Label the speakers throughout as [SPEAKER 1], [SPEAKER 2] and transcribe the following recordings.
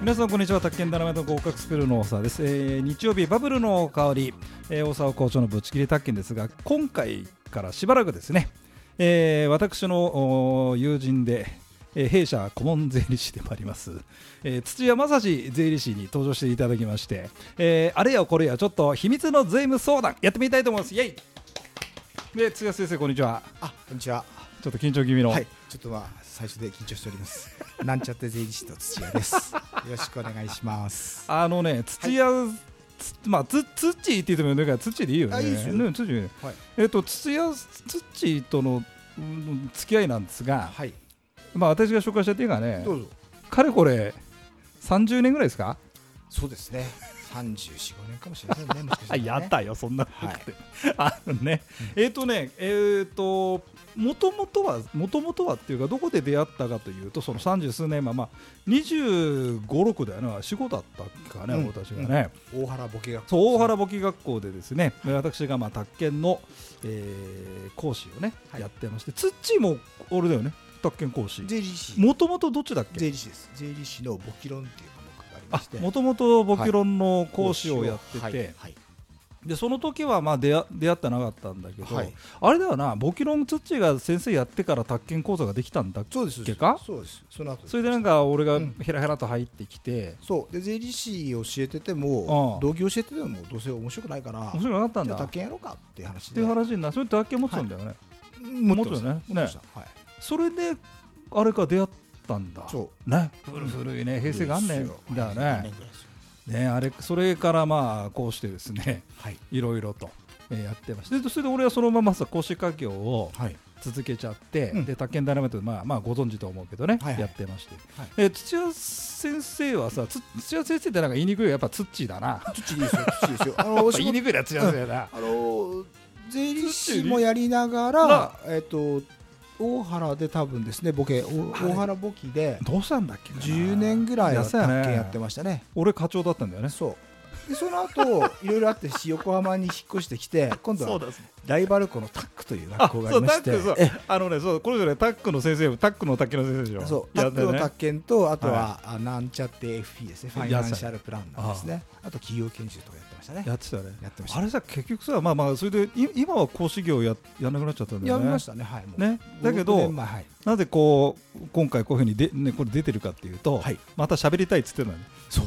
[SPEAKER 1] 皆さんこんにちは宅建ダラメの合格スクールの大沢です、えー、日曜日バブルの香り、えー、大沢校長のぶち切り宅建ですが今回からしばらくですね、えー、私の友人で、えー、弊社顧問税理士でもあります、えー、土屋正史税理士に登場していただきまして、えー、あれやこれやちょっと秘密の税務相談やってみたいと思いますイエイで土屋先生こんにちは
[SPEAKER 2] あこんにちは
[SPEAKER 1] ちょっと緊張気味の、
[SPEAKER 2] はい、ちょっとまあ最初で緊張しております なんちゃって税理士と土屋ですよろしくお願いします
[SPEAKER 1] あのね土屋、はい、まあ、つ土って言ってもいいから土でいいよね。
[SPEAKER 2] いいですよね
[SPEAKER 1] 土ねはい、えっ、ー、と土屋土との付き合いなんですが、はい、まあ私が紹介したっていうかね、かれこれ三十年ぐらいですか？
[SPEAKER 2] そうですね。三十四五年かもしれませんね。もし
[SPEAKER 1] ねやったよそんなことって。はい、 あのね、うん、えっ、ー、とね、えっ、ー、ともともとはもともとはっていうかどこで出会ったかというとその三十数年前まあ二十五六だよな、ね、四五だったっけかね、うん、私がね、
[SPEAKER 2] うん、大原簿記学
[SPEAKER 1] 校、ね、大原簿記学校でですね、はい、私がまあ宅建の、えー、講師をね、はい、やってまして、ツッチーも俺だよね。宅建講師
[SPEAKER 2] 税理士
[SPEAKER 1] もともとどっちだっけ
[SPEAKER 2] 税理士です税理士の簿記論っていう
[SPEAKER 1] もともと簿記論の講師をやってて、はいはいはい、でその時はまあ出出会ってなかったんだけど、あれだよな簿記論土が先生やってから宅建講座ができたんだっけか
[SPEAKER 2] そうですその後、
[SPEAKER 1] それでなんか俺がへらへらと入ってきて、うん
[SPEAKER 2] そうで税理士教えてても、うん、同業教えててもどうせ面白くないから面
[SPEAKER 1] 白くなかったんだ
[SPEAKER 2] 宅建やろうかっていう話
[SPEAKER 1] っていう話になそれ宅建持ってたんだよね、
[SPEAKER 2] 持ってた
[SPEAKER 1] ねね、それであれか出会ってたんだね古いね平成元年だよねねあれそれからまあこうしてですね、はい、いろいろと、えー、やってましてそれで俺はそのままさ講師家業を続けちゃって、はい、で宅建ダイナマイトで、まあ、まあご存知と思うけどね、はいはい、やってまして、はい、えー、土屋先生はさ土屋先生ってなんか言いにくいやっぱ土だな
[SPEAKER 2] 土ですよ土ですよあ
[SPEAKER 1] の言いにくいな土屋先生な、
[SPEAKER 2] うん、あの税理士もやりながらえっ、ー、と大原で多分ですねボケ大原ボキで
[SPEAKER 1] どうしたんだっけ
[SPEAKER 2] 10年ぐらいは宅建やってましたね、ね、
[SPEAKER 1] 俺課長だったんだよね
[SPEAKER 2] そうでその後いろいろあって横浜に引っ越してきて今度はライバル校のタックという学校がありまして
[SPEAKER 1] あのねそうこれぞねタックの先生タックの宅建の先生でしょ
[SPEAKER 2] そう、ね、タックの宅建とあとは、はい、なんちゃって FP ですねファイナンシャルプランナーですねあと企業研修とかやってましたね
[SPEAKER 1] やってたね
[SPEAKER 2] やってま
[SPEAKER 1] したあれさ結局さまあまあそれで今は講師業ややなくなっちゃったんだよ
[SPEAKER 2] ねやめましたねはい
[SPEAKER 1] ねだけど、はい、なぜこう今回こういうふうにでねこれ出てるかっていうと、はい、また喋りたいっつってたの
[SPEAKER 2] そう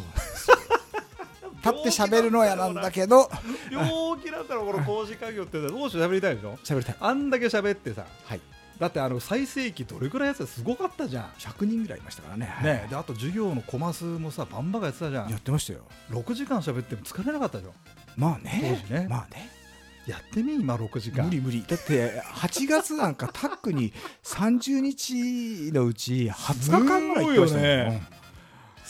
[SPEAKER 2] 立って喋るのやなんだけど
[SPEAKER 1] 陽気だからこの工事家業ってどうしよう喋りたいでしょ
[SPEAKER 2] 喋りたい
[SPEAKER 1] あんだけ喋ってさ、
[SPEAKER 2] はい、
[SPEAKER 1] だってあの最盛期どれぐらいやつすごかったじゃん
[SPEAKER 2] 100人ぐらいいましたからね,、
[SPEAKER 1] ねであと授業のコマ数もさバンバンやってたじゃん
[SPEAKER 2] やってましたよ
[SPEAKER 1] 6時間喋っても疲れなかったでしょ
[SPEAKER 2] まあねねまあね
[SPEAKER 1] やってみ今6時間
[SPEAKER 2] 無理無理だって8月なんかタックに30日のうち20日間ぐらい行ってましたね、うん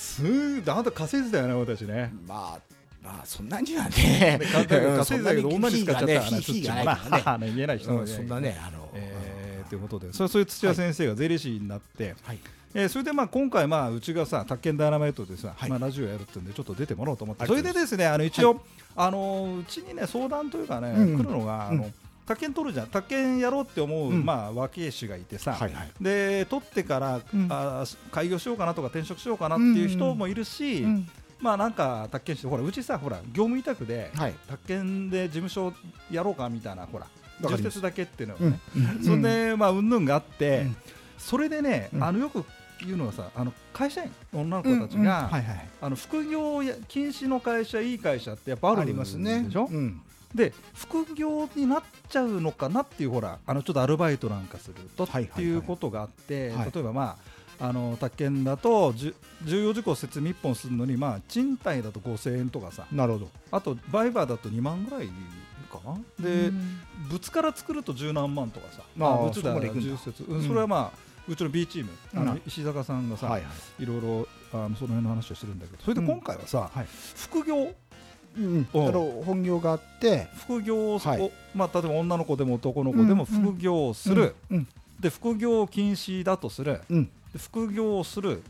[SPEAKER 1] すーあんた稼いでたよね私ね
[SPEAKER 2] まあまあそんなにはね
[SPEAKER 1] 稼いでたけど女に使っちゃった話
[SPEAKER 2] ヒーが
[SPEAKER 1] ね、
[SPEAKER 2] まあ、
[SPEAKER 1] まあ、ね言えない人も、
[SPEAKER 2] うん、そんなねあの
[SPEAKER 1] と、えー、いうことでそれそういう土屋先生が税理士になって、はい、えー、それでまあ今回まあうちがさ宅建ダイナマイトでさ、はい、まあラジオやるってんでちょっと出てもらおうと思って、はい、それでですねあの一応、はい、あのうちにね相談というかね、うん、来るのがあの、うん宅建取るじゃん宅建やろうって思う、うん、まあ、若い衆がいてさ、はいはい、で取ってから、うん、あ開業しようかなとか転職しようかなっていう人もいるし、うんうん、まあなんか宅建してほらうちさほら業務委託で、はい、宅建で事務所やろうかみたいなほら常設だけっていうのがね、うん、それでまあうんぬんがあって、それでね、あのよくいうのはさあの会社員女の子たちが副業禁止の会社いい会社ってやっぱあるん
[SPEAKER 2] ですね
[SPEAKER 1] でしょ、うんで副業になっちゃうのかなっていうほらあのちょっとアルバイトなんかするとっていうことがあって、はいはいはい、例えばまああの宅建だと重要事項説明1本するのに、まあ、賃貸だと5000円とかさ
[SPEAKER 2] なるほど
[SPEAKER 1] あと売買だと2万ぐらいかなで物から作ると十何万とかさ、まあ、物だから重説、うん、それはまあうちの B チーム、あの石坂さんがさ、はいはい、いろいろあのその辺の話をしてるんだけどそれで今回はさ、うんはい、副業
[SPEAKER 2] うん、あの本業があって
[SPEAKER 1] 副業を、はい、まあ、例えば女の子でも男の子でも副業をする、うんうん、で副業禁止だとする、副業をする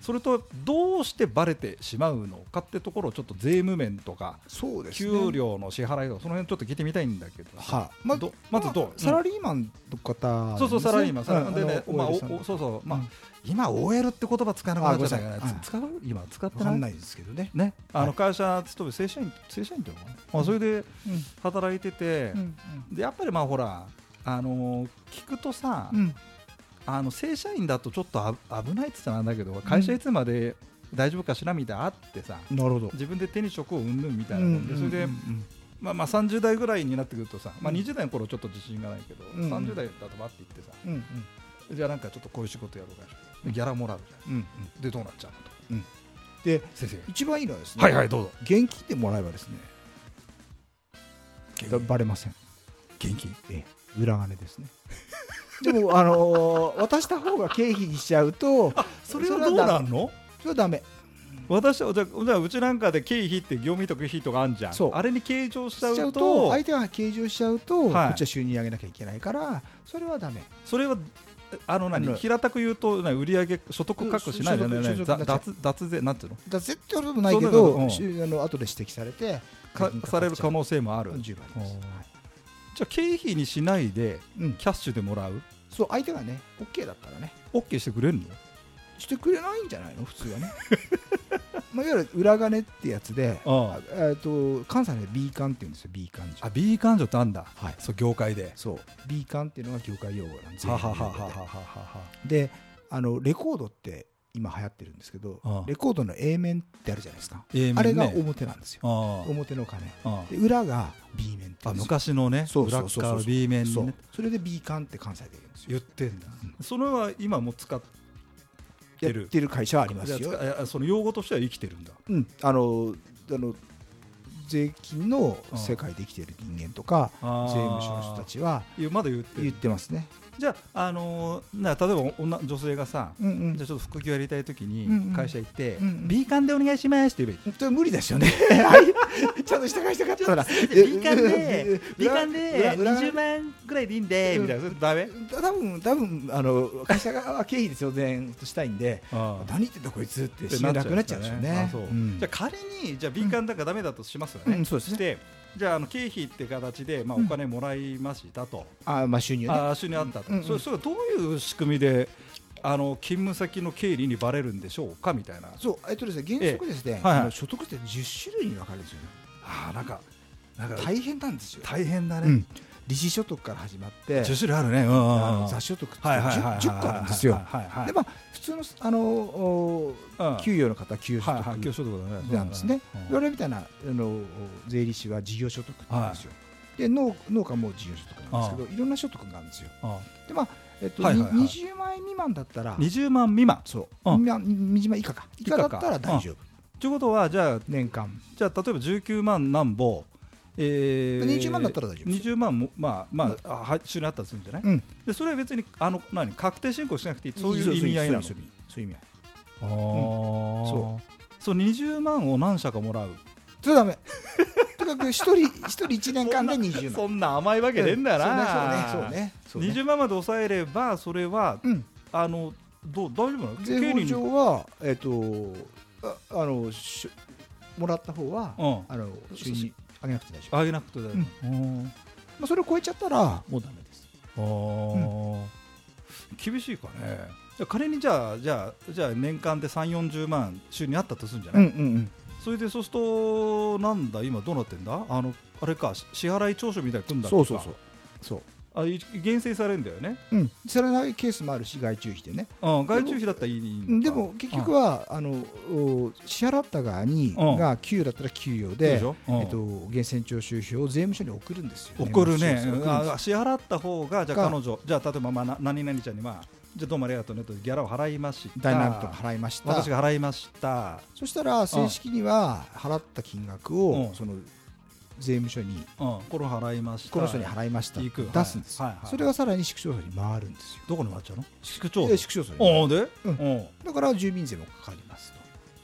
[SPEAKER 1] それとどうしてばれてしまうのかってところをちょっと税務面とか、
[SPEAKER 2] そうですね
[SPEAKER 1] 給料の支払いとかその辺ちょっと聞いてみたいんだけど、
[SPEAKER 2] は
[SPEAKER 1] ま
[SPEAKER 2] ま
[SPEAKER 1] どまずどう、
[SPEAKER 2] サラリーマンの方、
[SPEAKER 1] そうそうサラリーマン、サラリーマンでね、ま
[SPEAKER 2] ま
[SPEAKER 1] あ
[SPEAKER 2] あ
[SPEAKER 1] おお
[SPEAKER 2] の、大江さん
[SPEAKER 1] そうそうまあ
[SPEAKER 2] うん
[SPEAKER 1] 今 OL って言葉使わなくなっちゃったから
[SPEAKER 2] あごめんなさい
[SPEAKER 1] つ使う今使って
[SPEAKER 2] わかん
[SPEAKER 1] な
[SPEAKER 2] ないいですけどね。
[SPEAKER 1] ねあ
[SPEAKER 2] は
[SPEAKER 1] の
[SPEAKER 2] い
[SPEAKER 1] 会社勤め正社員正社員っていうのかな、まあそれで
[SPEAKER 2] う
[SPEAKER 1] 働いてて
[SPEAKER 2] ん、うん
[SPEAKER 1] でやっぱりまあほらあのー聞くとさ、
[SPEAKER 2] うん
[SPEAKER 1] あの正社員だとちょっとあ危ないって言ったらなんだけど会社いつまで大丈夫かしらみたいなのあってさ、
[SPEAKER 2] なるほど。
[SPEAKER 1] 自分で手に職をうんぬんみたいなもんで、
[SPEAKER 2] うん
[SPEAKER 1] それで
[SPEAKER 2] うん、うん
[SPEAKER 1] まあ、まあ30代ぐらいになってくるとさ、まあ、
[SPEAKER 2] うん
[SPEAKER 1] 20代の頃ちょっと自信がないけど、
[SPEAKER 2] うんうん
[SPEAKER 1] 30代だとばって言ってさ
[SPEAKER 2] うん
[SPEAKER 1] じゃあなんかちょっとこういう仕事やろうかしらギャラもらうじゃ
[SPEAKER 2] うんうん
[SPEAKER 1] んでどうなっちゃうのと
[SPEAKER 2] で
[SPEAKER 1] 先生が
[SPEAKER 2] 一番いいのはですね、
[SPEAKER 1] はいはいどうぞ
[SPEAKER 2] 現金でもらえばですね、ばバレません。現金、ええ裏金ですね。 でもあのー渡した方が経費にしちゃうと、
[SPEAKER 1] それはどうなんの
[SPEAKER 2] それはダメ。
[SPEAKER 1] 私はじゃあじゃあうちなんかで経費って業務費とか費とかあんじゃん
[SPEAKER 2] そう
[SPEAKER 1] あれに計上し
[SPEAKER 2] し
[SPEAKER 1] ちゃ
[SPEAKER 2] ちゃ
[SPEAKER 1] う
[SPEAKER 2] うと
[SPEAKER 1] と
[SPEAKER 2] 相手が計上しちゃうと、
[SPEAKER 1] はい
[SPEAKER 2] こっちは収入上げなきゃいけないから、それはダメ。
[SPEAKER 1] それはえあの何
[SPEAKER 2] うん
[SPEAKER 1] 平たく言うと何売上所得隠しないじゃ
[SPEAKER 2] うん
[SPEAKER 1] ない
[SPEAKER 2] 所得所
[SPEAKER 1] ざ
[SPEAKER 2] 得
[SPEAKER 1] 脱脱税なんていうの
[SPEAKER 2] だ絶対こともないけ
[SPEAKER 1] そうなの
[SPEAKER 2] ど、
[SPEAKER 1] うん
[SPEAKER 2] しあの後で指摘されて、
[SPEAKER 1] かされる可
[SPEAKER 2] 能
[SPEAKER 1] 能性もあるじ
[SPEAKER 2] 十分あります。
[SPEAKER 1] おー
[SPEAKER 2] はい
[SPEAKER 1] ゃあ経費にしないで
[SPEAKER 2] うん、
[SPEAKER 1] キャッシュでもらう
[SPEAKER 2] そう相手がね、OK だったらね、
[SPEAKER 1] OK してくれるの
[SPEAKER 2] してくれないんじゃないの、普通はね。 まあ、いわゆる裏金ってやつで、
[SPEAKER 1] あ
[SPEAKER 2] あえっと関西で B 缶って言うんですよ、B 缶
[SPEAKER 1] あ B 勘定ってあんだ、
[SPEAKER 2] はい
[SPEAKER 1] そう業界で
[SPEAKER 2] そう、B 缶っていうのが業界用語なんです
[SPEAKER 1] はははははは
[SPEAKER 2] で、あのレコードって今流行ってるんですけど
[SPEAKER 1] ああ、
[SPEAKER 2] レコードの A 面ってあるじゃないですか。
[SPEAKER 1] A 面ね
[SPEAKER 2] あれが表なんですよ。
[SPEAKER 1] はは
[SPEAKER 2] 表の金。
[SPEAKER 1] あ
[SPEAKER 2] で、裏が B 面って
[SPEAKER 1] ああ
[SPEAKER 2] 言うんですよ。
[SPEAKER 1] 昔のね
[SPEAKER 2] そうそうそうそう
[SPEAKER 1] 裏っ側 B 面
[SPEAKER 2] そ
[SPEAKER 1] にね
[SPEAKER 2] うそれで B 缶って関西で言うんですよ。
[SPEAKER 1] 言ってんだそれは今も使っ
[SPEAKER 2] や
[SPEAKER 1] て
[SPEAKER 2] っ
[SPEAKER 1] る
[SPEAKER 2] てる会社はあります
[SPEAKER 1] じゃ
[SPEAKER 2] よ。
[SPEAKER 1] あ使あその用語としては生きてるんだ
[SPEAKER 2] うん、あのあの税金の世界で生きてる人間とか、
[SPEAKER 1] 税
[SPEAKER 2] 税務署の人たちは
[SPEAKER 1] まだ言って
[SPEAKER 2] 言
[SPEAKER 1] る
[SPEAKER 2] ってますね。
[SPEAKER 1] じゃあ、あのーな例えば女女性がさ、
[SPEAKER 2] うんうん
[SPEAKER 1] じゃあちょっと副業やりたいとき
[SPEAKER 2] うんう
[SPEAKER 1] に
[SPEAKER 2] ん
[SPEAKER 1] 会社行って、
[SPEAKER 2] うんうん
[SPEAKER 1] B 勘でお願いしますって言えばいい
[SPEAKER 2] 本当に無理で すよね。はいちゃんとした会社があったら。
[SPEAKER 1] B 勘 で、B 勘で20万ぐらいでいいんで、
[SPEAKER 2] うん
[SPEAKER 1] みたいな、それダメ
[SPEAKER 2] 多分多分あの会社側は経費で当然としたいんで、
[SPEAKER 1] あ
[SPEAKER 2] 何言ってんだこいつって信用なくなっちゃうんでしょうね。
[SPEAKER 1] そう
[SPEAKER 2] うん
[SPEAKER 1] じゃあ仮に、じゃあ B 勘だからダメだとしますよね。
[SPEAKER 2] うんそうですね
[SPEAKER 1] してじゃああの経費って形で、まあ、お
[SPEAKER 2] うん
[SPEAKER 1] 金もらいましたと、
[SPEAKER 2] あまあ収入ね。
[SPEAKER 1] あ収入あったと、
[SPEAKER 2] うんうん
[SPEAKER 1] それそれはどういう仕組みであの勤務先の経理にばれるんでしょうかみたいな
[SPEAKER 2] そうえっとですね原則ですね、
[SPEAKER 1] えはい
[SPEAKER 2] あの所得って10種類に分かれるんですよね。
[SPEAKER 1] あーなんかなんか
[SPEAKER 2] 大変なんですよ。
[SPEAKER 1] 大変だね、
[SPEAKER 2] うん利子所得から始まって、
[SPEAKER 1] 10種類あるね、うんうん
[SPEAKER 2] あ
[SPEAKER 1] うん
[SPEAKER 2] の雑所得って
[SPEAKER 1] はいはいはいはい
[SPEAKER 2] 10, 10個あるんですよ。
[SPEAKER 1] はいはいはい
[SPEAKER 2] でまあ普通のあのお
[SPEAKER 1] うん
[SPEAKER 2] 給与の方は給与所
[SPEAKER 1] はい
[SPEAKER 2] 得
[SPEAKER 1] はい教所得だね
[SPEAKER 2] なんですね、
[SPEAKER 1] うん
[SPEAKER 2] 我々みたいなあの税理士は事業所得なんですよ、で農農家も事業所得なんですけど、いろんな所得があるんですよ、
[SPEAKER 1] あ
[SPEAKER 2] でまあえっと
[SPEAKER 1] はいはいはい
[SPEAKER 2] に20万円未満だったら、
[SPEAKER 1] 20万未満
[SPEAKER 2] そう、
[SPEAKER 1] うん
[SPEAKER 2] 20万20万以下か、以下だったら大丈夫、
[SPEAKER 1] ということはじゃあ
[SPEAKER 2] 年間、
[SPEAKER 1] じゃあ例えば19万なんぼ、えー、
[SPEAKER 2] 20万だったら大丈夫ですよ
[SPEAKER 1] 20万もまあまあ、あは収入あったとするんじゃない、
[SPEAKER 2] うん
[SPEAKER 1] でそれは別にあの何確定申告しなくていいそういう意味合いなの
[SPEAKER 2] そういうそういう意味合い、
[SPEAKER 1] ああー
[SPEAKER 2] そ
[SPEAKER 1] そう20万を何社かもらう
[SPEAKER 2] それはだめ、とにかく一人一人1年間で20万、
[SPEAKER 1] そんな甘いわけねえんだな、
[SPEAKER 2] そうね、そうね、そうね、
[SPEAKER 1] 20万まで抑えればそれは
[SPEAKER 2] うん、
[SPEAKER 1] あのどう大丈夫なの
[SPEAKER 2] 税法
[SPEAKER 1] に
[SPEAKER 2] 上は、えっと、ああのしもらった方は、
[SPEAKER 1] うん
[SPEAKER 2] あの収入上げなくて大丈夫。
[SPEAKER 1] あげなくて大丈夫、うん
[SPEAKER 2] まあ、それを超えちゃったらもうダメです
[SPEAKER 1] あー厳しいかねじゃあ仮にじゃあじゃあじゃあ年間で3 4 0万収入あったとするんじゃない、
[SPEAKER 2] んうん
[SPEAKER 1] それでそうするとなんだ今どうなってんだあのあれかし支払い調書みたいに来んだ
[SPEAKER 2] そうそうそううそう
[SPEAKER 1] あい厳正されるんだよね、
[SPEAKER 2] うんそれないケースもあるし外注費でね
[SPEAKER 1] うん、外注費だったらいいのか
[SPEAKER 2] でも結局
[SPEAKER 1] は
[SPEAKER 2] はあのお支払った側に
[SPEAKER 1] うん
[SPEAKER 2] が給与だったら給与
[SPEAKER 1] で
[SPEAKER 2] で
[SPEAKER 1] しょうん
[SPEAKER 2] えっと源泉徴収票を税務署に送るんですよ
[SPEAKER 1] 送るね
[SPEAKER 2] 年末調整送るんです
[SPEAKER 1] あ支払った方がじゃあ
[SPEAKER 2] が
[SPEAKER 1] 彼女じゃあ例えばまあな何々ちゃんにまあじゃあどうもありがとうねとギャラを払いました
[SPEAKER 2] ダイナミックとか払いました
[SPEAKER 1] 私が払いました
[SPEAKER 2] そしたら正式には払った金額
[SPEAKER 1] うん
[SPEAKER 2] をその税務署に
[SPEAKER 1] うん、これを払いました
[SPEAKER 2] この人に払いました
[SPEAKER 1] 行く
[SPEAKER 2] 出すんです
[SPEAKER 1] はいはいはい
[SPEAKER 2] それがさらに市区町村に回るんですよ
[SPEAKER 1] どこに回っちゃうの市区町
[SPEAKER 2] で
[SPEAKER 1] 村
[SPEAKER 2] 市区町村に回る
[SPEAKER 1] ああで、
[SPEAKER 2] うん
[SPEAKER 1] うん、
[SPEAKER 2] だから住民税もかかります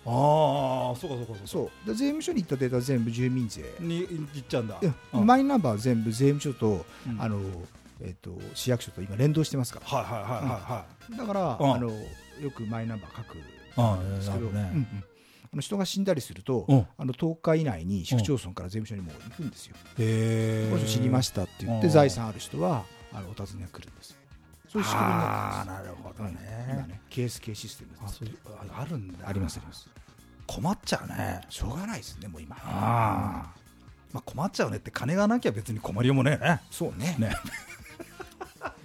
[SPEAKER 2] と
[SPEAKER 1] ああそうかそうかそうか
[SPEAKER 2] そうで税務署に行ったデータは全部住民税
[SPEAKER 1] に行っちゃうんだ
[SPEAKER 2] いや
[SPEAKER 1] うん
[SPEAKER 2] マイナンバーは全部税務署と、
[SPEAKER 1] うん
[SPEAKER 2] あのえっと市役所と今連動してますから
[SPEAKER 1] はいはいはいはいはい
[SPEAKER 2] だから、
[SPEAKER 1] うん
[SPEAKER 2] あのよくマイナンバー書く
[SPEAKER 1] ああ
[SPEAKER 2] んですけど、
[SPEAKER 1] えーなるほどね
[SPEAKER 2] うんうんあの人が死んだりすると、
[SPEAKER 1] うん
[SPEAKER 2] あの10日以内に市区町村から税務署にもう行くんですよ。
[SPEAKER 1] へ
[SPEAKER 2] この人死にま
[SPEAKER 1] し
[SPEAKER 2] したって言って、
[SPEAKER 1] うん
[SPEAKER 2] 財産ある人はあのお尋ねが来るんです。そういう仕組みにな
[SPEAKER 1] あ
[SPEAKER 2] っ
[SPEAKER 1] あ
[SPEAKER 2] て
[SPEAKER 1] な
[SPEAKER 2] ま
[SPEAKER 1] るほ
[SPEAKER 2] す
[SPEAKER 1] どね,、
[SPEAKER 2] うん今ね、ケース系システムです
[SPEAKER 1] あそういうああるんだ
[SPEAKER 2] ありますあります。
[SPEAKER 1] 困っちゃうね
[SPEAKER 2] しょうがないですね、もう今。
[SPEAKER 1] ああ、まあ、困っちゃうねって金がなきゃ別に困りようもねえね
[SPEAKER 2] そうね。
[SPEAKER 1] ね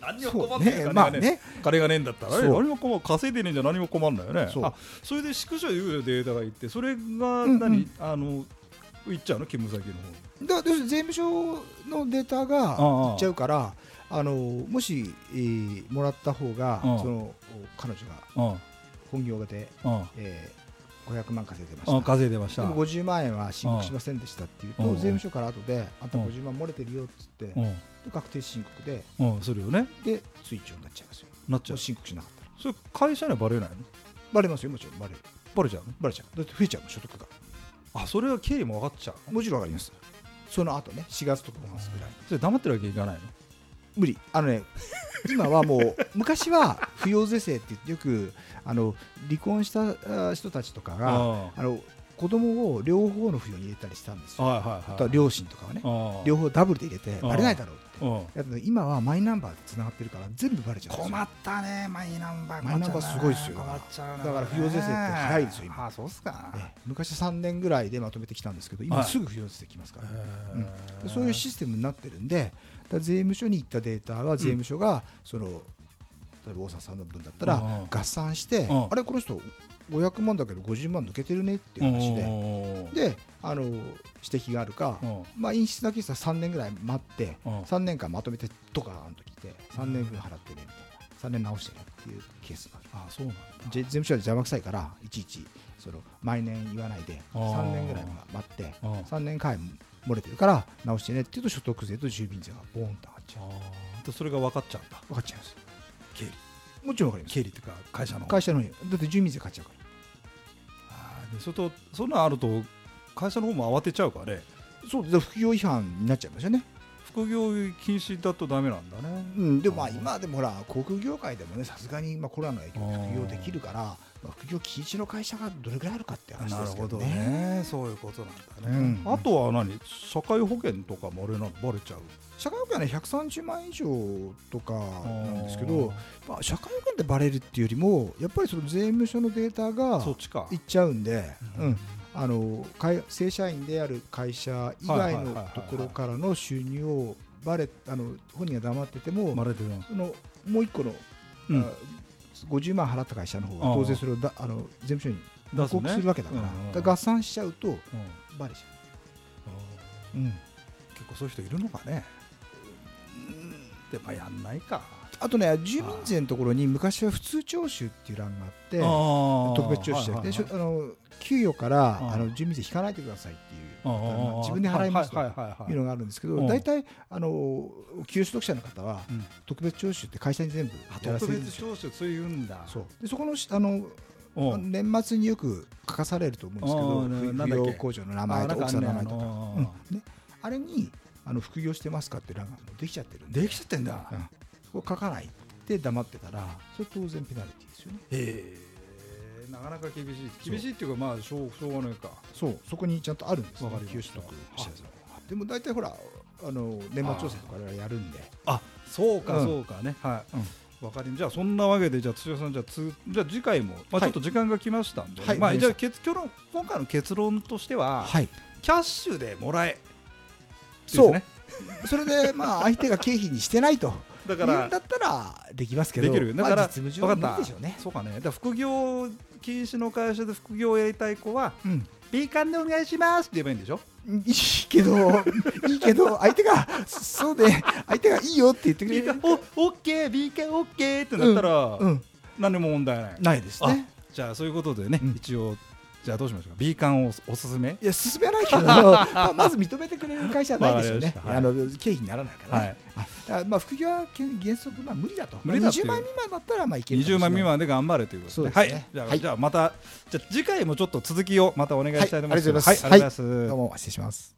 [SPEAKER 1] 何
[SPEAKER 2] を困ってんのそうねまあね
[SPEAKER 1] 金がねえんだったらね
[SPEAKER 2] そう
[SPEAKER 1] 何も困る稼いでねえんじゃ何も困んないよね
[SPEAKER 2] そう
[SPEAKER 1] あそれで市区所有データがいってそれが
[SPEAKER 2] んうん
[SPEAKER 1] 何、あの行っちゃうの勤務先の方
[SPEAKER 2] だから要するに税務署のデータが
[SPEAKER 1] ああ
[SPEAKER 2] いっちゃうから、あのもし、えーもらった方が、
[SPEAKER 1] ああ
[SPEAKER 2] その彼女が
[SPEAKER 1] うん
[SPEAKER 2] 本業で、
[SPEAKER 1] うん
[SPEAKER 2] えー500万稼いでま
[SPEAKER 1] あ
[SPEAKER 2] した。
[SPEAKER 1] 稼いでまし
[SPEAKER 2] で
[SPEAKER 1] た
[SPEAKER 2] も50万円は申告しませんでしたっていうと、
[SPEAKER 1] うん
[SPEAKER 2] 税務署から後で、あんた
[SPEAKER 1] うん
[SPEAKER 2] 50万漏れてるよって言って、
[SPEAKER 1] う
[SPEAKER 2] で確定申告で、
[SPEAKER 1] ん、うん、するよね
[SPEAKER 2] で、追徴になっちゃいますよ。
[SPEAKER 1] なっちゃ
[SPEAKER 2] もう
[SPEAKER 1] う
[SPEAKER 2] 申告しなかったら。
[SPEAKER 1] それ会社にはバレないの
[SPEAKER 2] バレますよ、もちろん、バレる。
[SPEAKER 1] バレちゃうの
[SPEAKER 2] バレちゃう。だって増えちゃうもん、所得が。
[SPEAKER 1] あそれは経理も分かっちゃうの
[SPEAKER 2] もちろん上がります。その後ね、4月とか5月ぐらい。
[SPEAKER 1] それ黙ってるわけいかないの
[SPEAKER 2] 無理あのね 今はもう昔は扶養是正って言ってよくあの離婚したあー人たちとかがあ
[SPEAKER 1] あ
[SPEAKER 2] の子供を両方の扶養に入れたりしたんです
[SPEAKER 1] あ
[SPEAKER 2] よ
[SPEAKER 1] はいはい
[SPEAKER 2] あ
[SPEAKER 1] はい
[SPEAKER 2] とは両親とかはね
[SPEAKER 1] ああ
[SPEAKER 2] 両方ダブルで入れて
[SPEAKER 1] あ
[SPEAKER 2] バレないだろうって
[SPEAKER 1] うん
[SPEAKER 2] だけど今はマイナンバーでつながってるから全部バレちゃうんですよ
[SPEAKER 1] 困ったねマイナンバー
[SPEAKER 2] マイナンバーすごいですよ
[SPEAKER 1] 困っちゃうな
[SPEAKER 2] だから扶養税制って早いですよ今
[SPEAKER 1] あそうっすか
[SPEAKER 2] ええ昔3年ぐらいでまとめてきたんですけど
[SPEAKER 1] は
[SPEAKER 2] 今
[SPEAKER 1] い
[SPEAKER 2] すぐ扶養是正きますから、
[SPEAKER 1] へー
[SPEAKER 2] でそういうシステムになってるんでだから税務署に行ったデータは税務署がその、例えば大沢さんの分だった
[SPEAKER 1] う
[SPEAKER 2] ら
[SPEAKER 1] んうん
[SPEAKER 2] 合算して、
[SPEAKER 1] うん
[SPEAKER 2] あれこの人500万だけど50万抜けてるねっていう話で、
[SPEAKER 1] うん
[SPEAKER 2] であの指摘があるか、
[SPEAKER 1] うん
[SPEAKER 2] まあ陰湿なケースは3年ぐらい待って、
[SPEAKER 1] うん
[SPEAKER 2] 3年間まとめてとかあの時って3年分払ってねみたいな3年直してねっていうケースがある。
[SPEAKER 1] あそうなんだ
[SPEAKER 2] じ税務署は邪魔くさいからいちいちその毎年言わないで
[SPEAKER 1] あー
[SPEAKER 2] 3年ぐらい待って
[SPEAKER 1] あー
[SPEAKER 2] 3年間漏れてるから直してねっていうと所得税と住民税がボーンと上がっちゃう
[SPEAKER 1] あーそれが分かっちゃうんだ
[SPEAKER 2] 分かっちゃいます
[SPEAKER 1] 経理
[SPEAKER 2] もちろん分かります
[SPEAKER 1] 経理っていうか会社の
[SPEAKER 2] 会社の方にだって住民税買っちゃうから
[SPEAKER 1] あーでそれとそんなんあると会社の方も慌てちゃうからね
[SPEAKER 2] そうで副業違反になっちゃいますよね、
[SPEAKER 1] 副業禁止だとダメなんだね
[SPEAKER 2] うん、でもまあ
[SPEAKER 1] あー
[SPEAKER 2] 今でもほら航空業界でもねさすがにまあコロナの影響で副業できるからまあ副業禁止の会社がどれぐらいあるかって話
[SPEAKER 1] な
[SPEAKER 2] で
[SPEAKER 1] る
[SPEAKER 2] すけ
[SPEAKER 1] ほ
[SPEAKER 2] ど
[SPEAKER 1] ど
[SPEAKER 2] ね
[SPEAKER 1] ねそういうことなんだね
[SPEAKER 2] うん
[SPEAKER 1] あとは何社会保険とかもあれなのバレちゃう
[SPEAKER 2] 社会保険はね130万以上とかなんですけど
[SPEAKER 1] あ
[SPEAKER 2] まあ、社会保険でバレるっていうよりもやっぱりその税務署のデータ
[SPEAKER 1] ー
[SPEAKER 2] が
[SPEAKER 1] そっちか
[SPEAKER 2] いっちゃうんで、
[SPEAKER 1] う
[SPEAKER 2] うんん、あの会正社員である会社以外
[SPEAKER 1] はいはいはい
[SPEAKER 2] の
[SPEAKER 1] はいはい
[SPEAKER 2] ところからの収入をバレあの本人が黙ってても、
[SPEAKER 1] バレてるな
[SPEAKER 2] そのもう一個の、
[SPEAKER 1] うん
[SPEAKER 2] あ50万払った会社の方
[SPEAKER 1] あ
[SPEAKER 2] が
[SPEAKER 1] あ
[SPEAKER 2] 当然それをだあの税務署に報告するわけだから,、
[SPEAKER 1] 出すねうんうん
[SPEAKER 2] 合算しちゃうと
[SPEAKER 1] うんあ
[SPEAKER 2] バレちゃ
[SPEAKER 1] ー
[SPEAKER 2] う、うん、
[SPEAKER 1] 結構そういう人いるのかねでまあやんないか
[SPEAKER 2] あとね住民税のところに昔は普通徴収っていう欄があって特
[SPEAKER 1] 特
[SPEAKER 2] 別徴収じゃなくてしょ、あの給与から
[SPEAKER 1] うん
[SPEAKER 2] あの住民税引かないでくださいっていう、まあ
[SPEAKER 1] 自
[SPEAKER 2] 自分で払いますと
[SPEAKER 1] はいはいはいいうはい
[SPEAKER 2] のがあるんですけ
[SPEAKER 1] うん
[SPEAKER 2] ど、大体あの給与取得者の方は
[SPEAKER 1] うん
[SPEAKER 2] 特別徴収って会社に全部
[SPEAKER 1] あ
[SPEAKER 2] やらせ
[SPEAKER 1] 特
[SPEAKER 2] るんで
[SPEAKER 1] 別
[SPEAKER 2] すよ。
[SPEAKER 1] 徴収そういうんだ
[SPEAKER 2] そうでそこのしあの
[SPEAKER 1] うん
[SPEAKER 2] あの年末によく書かされると思うんですけ
[SPEAKER 1] あー
[SPEAKER 2] ど
[SPEAKER 1] な
[SPEAKER 2] ふ、
[SPEAKER 1] なんだっけ
[SPEAKER 2] 扶養控除の名
[SPEAKER 1] あ
[SPEAKER 2] 前
[SPEAKER 1] な
[SPEAKER 2] と
[SPEAKER 1] んか
[SPEAKER 2] か
[SPEAKER 1] あ
[SPEAKER 2] 奥
[SPEAKER 1] ん
[SPEAKER 2] さん
[SPEAKER 1] ね
[SPEAKER 2] の
[SPEAKER 1] あ
[SPEAKER 2] 名
[SPEAKER 1] の
[SPEAKER 2] 前とか、うんね、あれにあの副業してますかって欄ができちゃってるんで、
[SPEAKER 1] できちゃってんだ
[SPEAKER 2] うんそこ書かないで黙ってたら、それ当然ペナルティですよね。
[SPEAKER 1] へえなかなか厳しい厳しいっていうかまあしょうしょうがないか
[SPEAKER 2] そう、そこにちゃんとあるんですね
[SPEAKER 1] わかり、ま
[SPEAKER 2] 給
[SPEAKER 1] した
[SPEAKER 2] 与取得者数はでも大体ほら、あの年末調整とか我々やるんで、
[SPEAKER 1] あそう
[SPEAKER 2] う
[SPEAKER 1] か
[SPEAKER 2] ん
[SPEAKER 1] そうかねはい
[SPEAKER 2] うん
[SPEAKER 1] わかりじゃあそんなわけでじゃあ土屋さんじゃあつじゃあ次回もまあ
[SPEAKER 2] は
[SPEAKER 1] ちょ
[SPEAKER 2] い
[SPEAKER 1] っと時間が来ましたんで
[SPEAKER 2] はい
[SPEAKER 1] ま
[SPEAKER 2] わか
[SPEAKER 1] あ
[SPEAKER 2] り
[SPEAKER 1] じゃ
[SPEAKER 2] ま
[SPEAKER 1] あ結今日の今回の結論としては
[SPEAKER 2] はい、
[SPEAKER 1] キャッシュでもらえです
[SPEAKER 2] そう
[SPEAKER 1] ね
[SPEAKER 2] それでまあ相手が経費にしてないと
[SPEAKER 1] だ
[SPEAKER 2] いう
[SPEAKER 1] か
[SPEAKER 2] ん
[SPEAKER 1] ら
[SPEAKER 2] だったらできますけど、
[SPEAKER 1] できるだから
[SPEAKER 2] まあ、実務上は
[SPEAKER 1] わかった
[SPEAKER 2] 無理でしょうね。
[SPEAKER 1] そうかねだから副業禁止の会社で副業をやりたい子は
[SPEAKER 2] うん、
[SPEAKER 1] 敏感でお願いしますって言えばいいんでしょ
[SPEAKER 2] いいけど、いいけど、相手が、そうで、相手がいいよって言ってくれ
[SPEAKER 1] 敏
[SPEAKER 2] る
[SPEAKER 1] 感。おオッケー敏感オッケーってなったら、
[SPEAKER 2] うん、
[SPEAKER 1] 何も問題ない
[SPEAKER 2] ないですね。
[SPEAKER 1] じゃあそういうことでね、
[SPEAKER 2] うん
[SPEAKER 1] 一応じゃあどうしましょうか B 缶をおすすめ
[SPEAKER 2] いや、進めない けど、まあ、まず認めてくれる会社はないですよ
[SPEAKER 1] わ
[SPEAKER 2] ね
[SPEAKER 1] か。りま
[SPEAKER 2] あ
[SPEAKER 1] した
[SPEAKER 2] の、経費にならないから、ね。だからまあ、副業は原則、まあ、無理だと。
[SPEAKER 1] 無理だってい
[SPEAKER 2] 20
[SPEAKER 1] う
[SPEAKER 2] 万未満だったら、まあ、いけるかもしれ
[SPEAKER 1] 20
[SPEAKER 2] な
[SPEAKER 1] 万
[SPEAKER 2] い。
[SPEAKER 1] 未満で頑張れということ
[SPEAKER 2] そう
[SPEAKER 1] で
[SPEAKER 2] です
[SPEAKER 1] は
[SPEAKER 2] ね
[SPEAKER 1] いじゃあ,、
[SPEAKER 2] はい
[SPEAKER 1] じゃあまたじゃあ次回もちょっと続きをまたお願いしたいと思います、
[SPEAKER 2] はいありがとうございます
[SPEAKER 1] はいありがとうございます、
[SPEAKER 2] どうも、失礼します。